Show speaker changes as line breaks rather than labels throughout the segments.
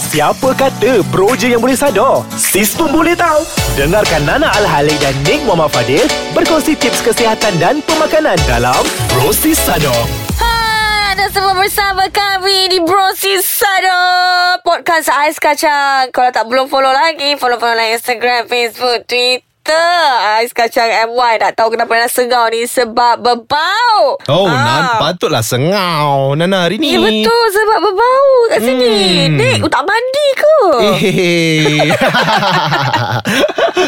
Siapa kata bro je yang boleh sadar? Sis pun boleh tahu. Dengarkan Nana Al-Halik dan Nick Muhammad Fadil berkongsi tips kesihatan dan pemakanan dalam Bro Sis Sadar.
Ha, dah semua bersama kami di Brosis Sada Podcast Ais Kacang Kalau tak belum follow lagi Follow-follow lah Instagram, Facebook, Twitter Ais Kacang MY Tak tahu kenapa Nana sengau ni Sebab berbau Ah.
Oh, Nan, patutlah sengau Nana hari ni.
Ya betul sebab berbau kat sini hmm. Dek, oh, tak mandi ke?
Eh. Hehehe.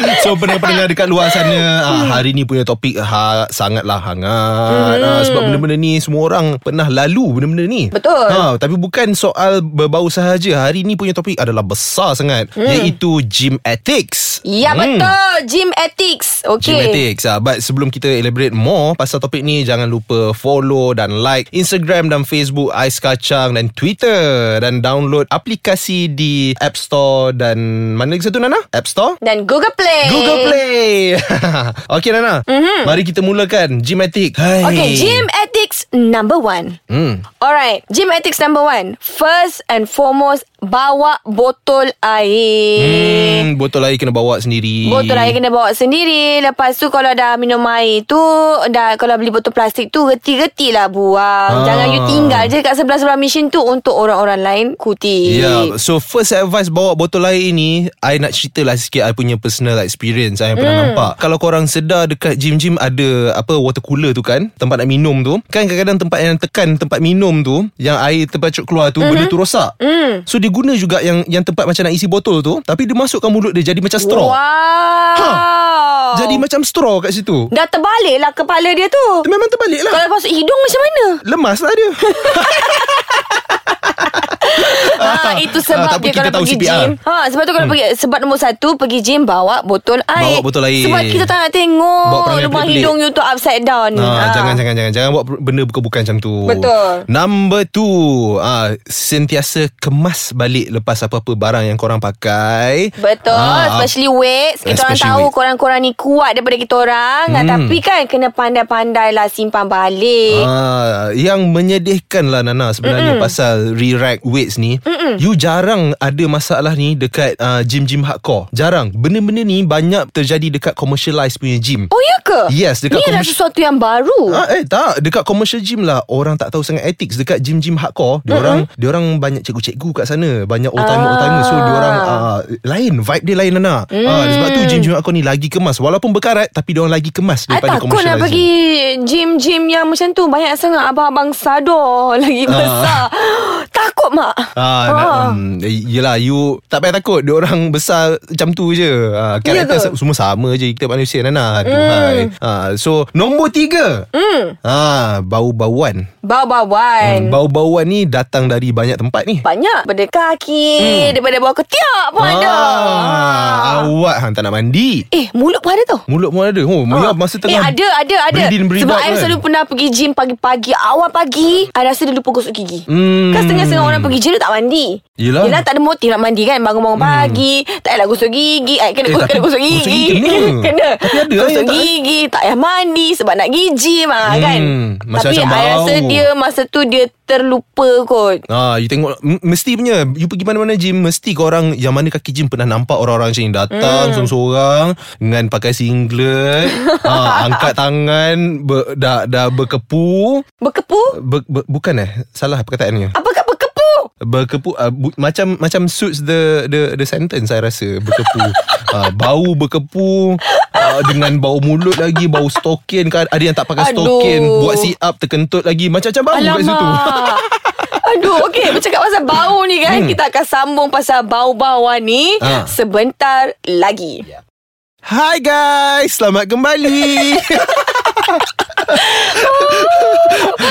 so pendengar-pendengar dekat luar sana ah,
Hmm.
Hari ni punya topik ha, Sangatlah hangat ah, Sebab benda-benda ni Semua orang pernah lalu Benda-benda ni
Betul.
ah, Tapi bukan soal Berbau sahaja Hari ni punya topik adalah besar sangat
Hmm.
Iaitu gym ethics
Ya betul Gym Ethics
Hmm. Gym
Okay
ethics ah. But sebelum kita elaborate more Pasal topik ni Jangan lupa follow dan like Instagram dan Facebook Ais Kacang dan Twitter Dan download aplikasi di App Store Dan mana lagi satu Nana? App Store?
Dan Google Play
Google Play Okay Nana mm-hmm. Mari kita mulakan Gym ethics Hai.
Okay, Mhm. gym ethics number one.
Hmm.
Alright, gym ethics number one. First and foremost, bawa botol air.
Hmm, Botol air kena bawa sendiri
Botol air kena bawa sendiri Lepas tu kalau dah minum air tu dah Kalau beli botol plastik tu Reti-reti lah buang
Ah.
Jangan you tinggal je Kat sebelah-sebelah mesin tu Untuk orang-orang lain kutip
Ya, yeah. so first advice bawa botol air ni, I nak cerita lah sikit I punya personal experience I pernah nampak. Kalau korang sedar dekat gym-gym ada apa water cooler tu kan, tempat nak minum tu, kan kadang-kadang tempat yang tekan tempat minum tu, yang air terpacuk keluar tu, benda tu rosak. Mm. So dia guna juga yang yang tempat macam nak isi botol tu, tapi dia masukkan mulut dia jadi macam straw.
Wow
Ha. Jadi macam straw kat situ.
Dah terbalik lah kepala dia tu
Memang terbalik lah.
Kalau masuk hidung macam mana?
Lemas lah dia.
Ha, itu
Ah,
sebab
tak apa,
dia
kita
kalau
tahu
pergi
CPR.
gym. Ha, sebab tu kalau pergi sebab nombor satu pergi gym bawa botol air.
Hmm. Bawa botol air.
Sebab kita tak nak tengok
Bawa perangai
lubang
pelik-pelik.
hidung you tu upside down.
Ah, jangan jangan jangan jangan buat benda bukan-bukan macam tu.
Hmm, Betul.
Number two, ah sentiasa kemas balik lepas apa-apa barang yang korang pakai.
Betul
Ah, ah,
Especially weights Kita orang
Especially
tahu
weights.
Korang-korang ni kuat Daripada kita orang hmm. Tapi kan Kena pandai-pandai lah Simpan balik
Ah, yang menyedihkan lah Nana sebenarnya Mm-mm. pasal re-rack weights ni Mm-mm. you jarang ada masalah ni dekat uh, gym-gym hardcore jarang benda-benda ni banyak terjadi dekat commercialized punya gym
Oh ya ke?
Yes, dekat
Ni adalah
komersi-
sesuatu yang baru
Ah, eh tak dekat commercial gym lah orang tak tahu sangat ethics dekat gym-gym hardcore diorang mm-hmm. diorang banyak cikgu-cikgu kat sana banyak old timer old timer so
Ah.
diorang uh, lain vibe dia lain Nana mm. ah, sebab tu gym-gym hardcore ni lagi kemas walaupun berkarat tapi diorang lagi kemas
I
daripada
Eh, takut
commercial
nak
gym.
pergi Gym-gym yang macam tu Banyak sangat Abang-abang sador Lagi besar Takut mak
Ah,
Ah.
nak, um, yelah you tak payah takut Diorang besar macam tu je ah, Karakter
Ya ke? Mm.
yeah semua sama je Kita manusia Nana Tuhai ah, So nombor tiga mm. ah, Bau-bauan
Bau-bauan
Bau-bauan ni datang dari banyak tempat ni
Banyak Daripada
Hmm.
kaki Daripada bawah ketiak pun ada Ha.
Ah, awak hang tak nak mandi.
Eh mulut pun ada tau
Mulut pun ada. Oh,
Ah.
ha. masa
Eh
tengah.
ada ada ada
breathe in, breathe
Sebab
out
I
kan?
selalu pernah pergi gym Pagi-pagi Awal pagi I rasa dia lupa gosok gigi
Hmm.
Kan setengah-setengah orang pergi gym Dia tak mandi
Yelah. Hmm.
Yelah tak ada motif nak mandi kan Bangun-bangun pagi Tak payah gosok gigi I kena, eh, kena
Eh, tapi
gosok
gosok
gigi
gigi kena. Tapi ada lah
Gosok
yang tak-
gigi Tak payah mandi Sebab nak pergi gym lah
Hmm.
kan Tapi
Macam-macam
I
bau.
rasa dia Masa tu dia terlupa kot
Ah, you tengok m- mesti punya you pergi mana-mana gym mesti korang yang mana kaki gym pernah nampak orang-orang macam ni
Hmm.
datang seorang-seorang dengan pakai singlet, ah, angkat tangan ber, dah dah berkepu,
Berkepu
ber, ber, bukan eh salah perkataannya.
Apakah berkepu
Berkepu uh, bu, macam macam suits the the the sentence saya rasa berkepu. uh, bau berkepu uh, dengan bau mulut lagi, bau stokin kan ada yang tak pakai
Aduh.
stokin, buat sit up terkentut lagi macam-macam bau kat situ.
Alamak. Aduh, okey. Bercakap pasal bau ni kan. Hmm. Kita akan sambung pasal bau-bauan ni ha.
Ha. Ya.
sebentar lagi.
Hai guys, selamat kembali.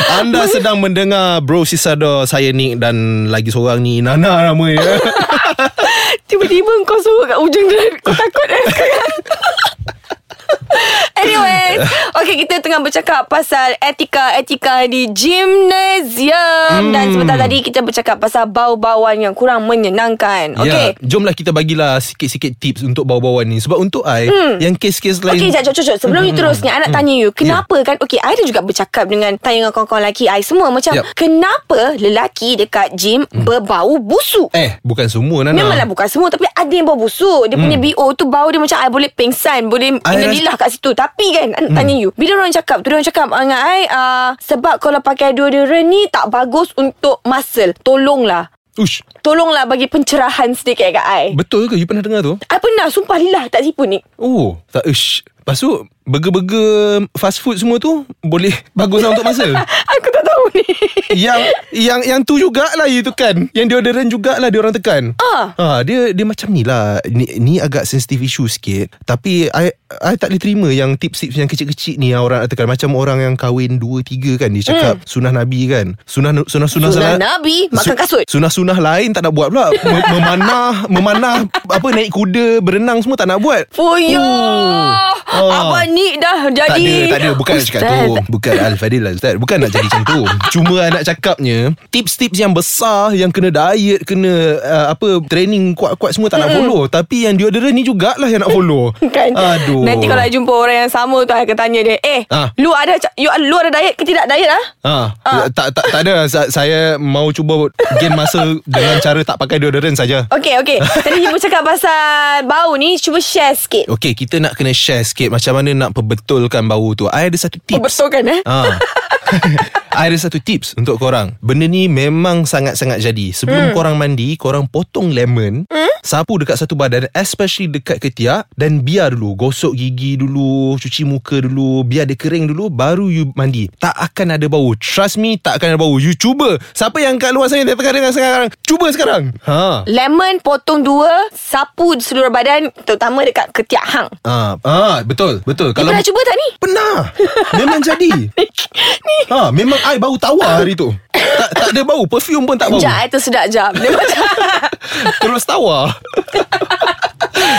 Anda sedang mendengar Bro Sisado Saya Nick Dan lagi seorang ni Nana namanya
Tiba-tiba kau suruh kat ujung dia. Kau takut eh sekarang? Anyway, okay kita tengah bercakap pasal etika-etika di gymnasium hmm. dan sebentar tadi kita bercakap pasal bau-bauan yang kurang menyenangkan. Okay.
Ya, jomlah kita bagilah sikit-sikit tips untuk bau-bauan ni. Sebab untuk I, hmm. yang kes-kes lain...
Okay, sekejap, sekejap, Sebelum
Mm-hmm.
mm, you terusnya, I nak tanya you. Kenapa yeah. kan, okay, I dah juga bercakap dengan tanya dengan kawan-kawan lelaki I semua. Macam,
Yup. Mm.
kenapa lelaki dekat gym berbau busuk?
Eh, bukan semua, Nana.
Memanglah bukan semua Tapi ada yang bau busuk Dia punya BO tu Bau dia macam I boleh pengsan Boleh
Mm. I Mm.
Innalillah kat situ Tapi kan I nak tanya you Bila orang cakap tu Dia orang cakap ah, dengan I uh, Sebab kalau pakai deodorant ni Tak bagus untuk muscle Tolonglah
Ush,
Tolonglah bagi pencerahan sedikit kat I
betul ke you pernah dengar tu?
I pernah Sumpah lillah Tak tipu ni
Oh, tak ush. Lepas tu, burger-burger fast food semua tu boleh bagus lah untuk masa.
Aku tak tahu ni
yang yang yang tu jugalah you tekan. Yang deodorant jugalah dia orang tekan.
Ah.
Ha, dia dia macam ni lah. Ni, ni agak sensitive issue sikit. Tapi I I tak boleh terima yang tips-tips yang kecil-kecil ni yang orang nak tekan. Macam orang yang kahwin 2 3 kan dia cakap mm. sunah nabi kan. Sunah sunah sunah,
Sunah Hmm. Nabi, makan kasut.
Sunah-sunah lain tak nak buat pula. Mem- memanah, memanah apa naik kuda, berenang semua tak nak buat.
Fuyo
Oh.
Abang ni dah jadi
Tak ada, tak ada. Bukan nak cakap tu.
Ustaz.
Bukan Al-Fadil lah Ustaz. Bukan nak jadi macam tu. Cuma nak cakapnya, tips-tips yang besar, yang kena diet, kena uh, apa training kuat-kuat semua tak nak follow. Tapi yang deodorant ni jugalah yang nak follow.
kan
Aduh.
Nanti kalau I jumpa orang yang sama tu I akan tanya dia Eh
Ah.
Lu ada ca- you, Lu ada diet ke tidak diet ah?
Ha,
Ah.
tak tak tak ada Sa- saya mau cuba gain masa dengan cara tak pakai deodorant saja.
Okay okay Tadi you bercakap pasal Bau ni Cuba share sikit
Okey, kita nak kena share sikit macam mana nak perbetulkan bau tu. I ada satu tips.
Oh, betul kan eh
Ha. I ada satu tips untuk korang Benda ni memang sangat-sangat jadi Sebelum korang mandi Korang potong lemon Sapu dekat satu badan Especially dekat ketiak Dan biar dulu Gosok gigi dulu Cuci muka dulu Biar dia kering dulu Baru you mandi Tak akan ada bau Trust me Tak akan ada bau You cuba Siapa yang kat luar sana Dia tengah dengar sekarang Cuba sekarang Ha
Lemon potong dua Sapu di seluruh badan Terutama dekat ketiak hang
Ah, ah, betul, betul.
Kalau pernah cuba tak ni?
Pernah Memang jadi ha, Memang I bau
Ah.
tawa hari tu tak, tak ada bau Perfume pun tak bau
Sekejap, I tersedak sekejap Dia macam
Terus tawa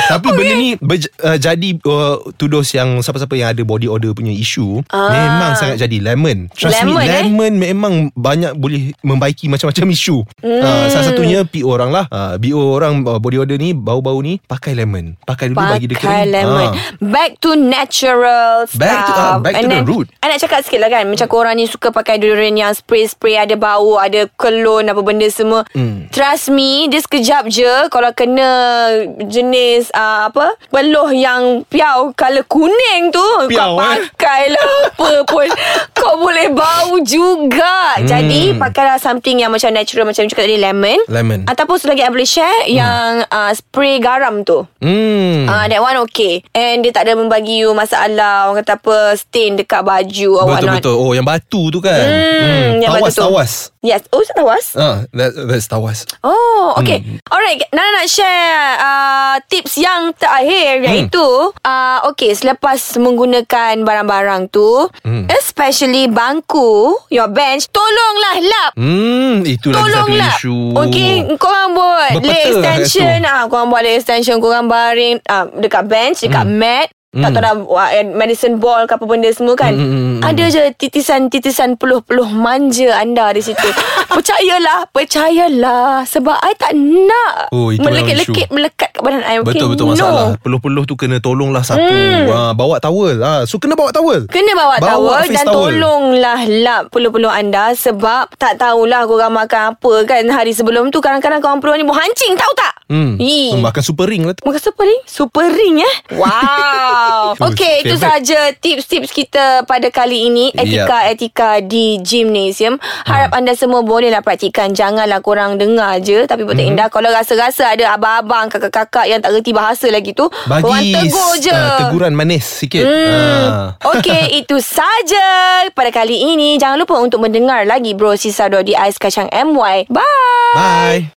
Tapi okay. benda ni berj- uh, Jadi uh, Tudos yang Siapa-siapa yang ada Body odor punya isu
Ah.
Memang sangat jadi Lemon Trust
Lemon,
me
eh?
Lemon memang Banyak boleh Membaiki macam-macam isu mm.
Hmm.
uh, Salah satunya PO orang lah uh, BO orang uh, Body odor ni Bau-bau ni Pakai lemon Pakai dulu bagi dia
Pakai
kering.
lemon
Ah.
Back to natural stuff
Back to- ah, back to the root.
I nak cakap sikit lah kan Macam korang ni suka pakai deodorant yang spray-spray Ada bau, ada cologne apa benda semua
Hmm.
mm. Trust me, dia sekejap je Kalau kena jenis uh, apa Peluh yang piau Color kuning tu
Piau,
Kau
eh?
pakai lah apa pun Kau boleh bau juga
Hmm.
Jadi pakailah something yang macam natural Macam cakap tadi lemon
Lemon.
Ataupun satu lagi I boleh share Yang uh, spray garam tu
Hmm
Ah, uh, that one okay And dia tak ada membagi you masalah Orang kata apa Stain dekat baju Or
Betul
whatnot
betul. Oh yang batu tu kan.
Hmm, yang
tawas
batu tu.
tawas.
Yes Oh tak tawas
Ah, that, that's tawas.
Oh okay hmm. Alright Nana nak share uh, Tips yang
Hmm.
terakhir Iaitu uh, Okay selepas menggunakan Barang-barang tu
Hmm.
Especially bangku Your bench Tolonglah lap
Hmm, itu lagi satu
Tolonglah
isu. lah
Okay Korang buat
Berpeta
Leg
kat
extension
situ.
ah, Korang buat leg extension Korang baring ah, Dekat bench Dekat hmm. mat tak tahu dah wah, eh, Medicine ball ke apa benda semua kan
Hmm, hmm, hmm,
Ada je titisan-titisan Peluh-peluh manja anda di situ Percayalah Percayalah Sebab I tak nak
Oh, itu memang
Melekit-lekit Melekat kat badan I okay,
Betul betul
no. Hmm.
masalah. Peluh-peluh tu kena tolonglah sapu. Ah, bawa towel. Ah, so kena bawa towel.
Kena bawa,
Bawa
towel
face
Dan
towel.
tolonglah lap Peluh-peluh anda Sebab tak tahulah Korang makan apa kan Hari sebelum tu Kadang-kadang korang peluh ni Buah hancing tahu tak
Hmm.
Yee.
Hmm, Makan super ring lah tu.
Makan super ring Super ring eh Wow
Oh,
Okay itu
favorite.
saja Tips-tips kita pada kali ini Etika-etika di gymnasium Harap
Hmm.
anda semua bolehlah praktikan Janganlah korang dengar je Tapi betul
Hmm.
indah Kalau rasa-rasa ada abang-abang Kakak-kakak yang tak reti bahasa lagi tu
Bagi
Korang tegur je
ah, teguran manis sikit. Ah.
Hmm. Okey, itu saja pada kali ini. Jangan lupa untuk mendengar lagi Bro Sisado di Ais Kacang MY. Bye!
Ah. Bye.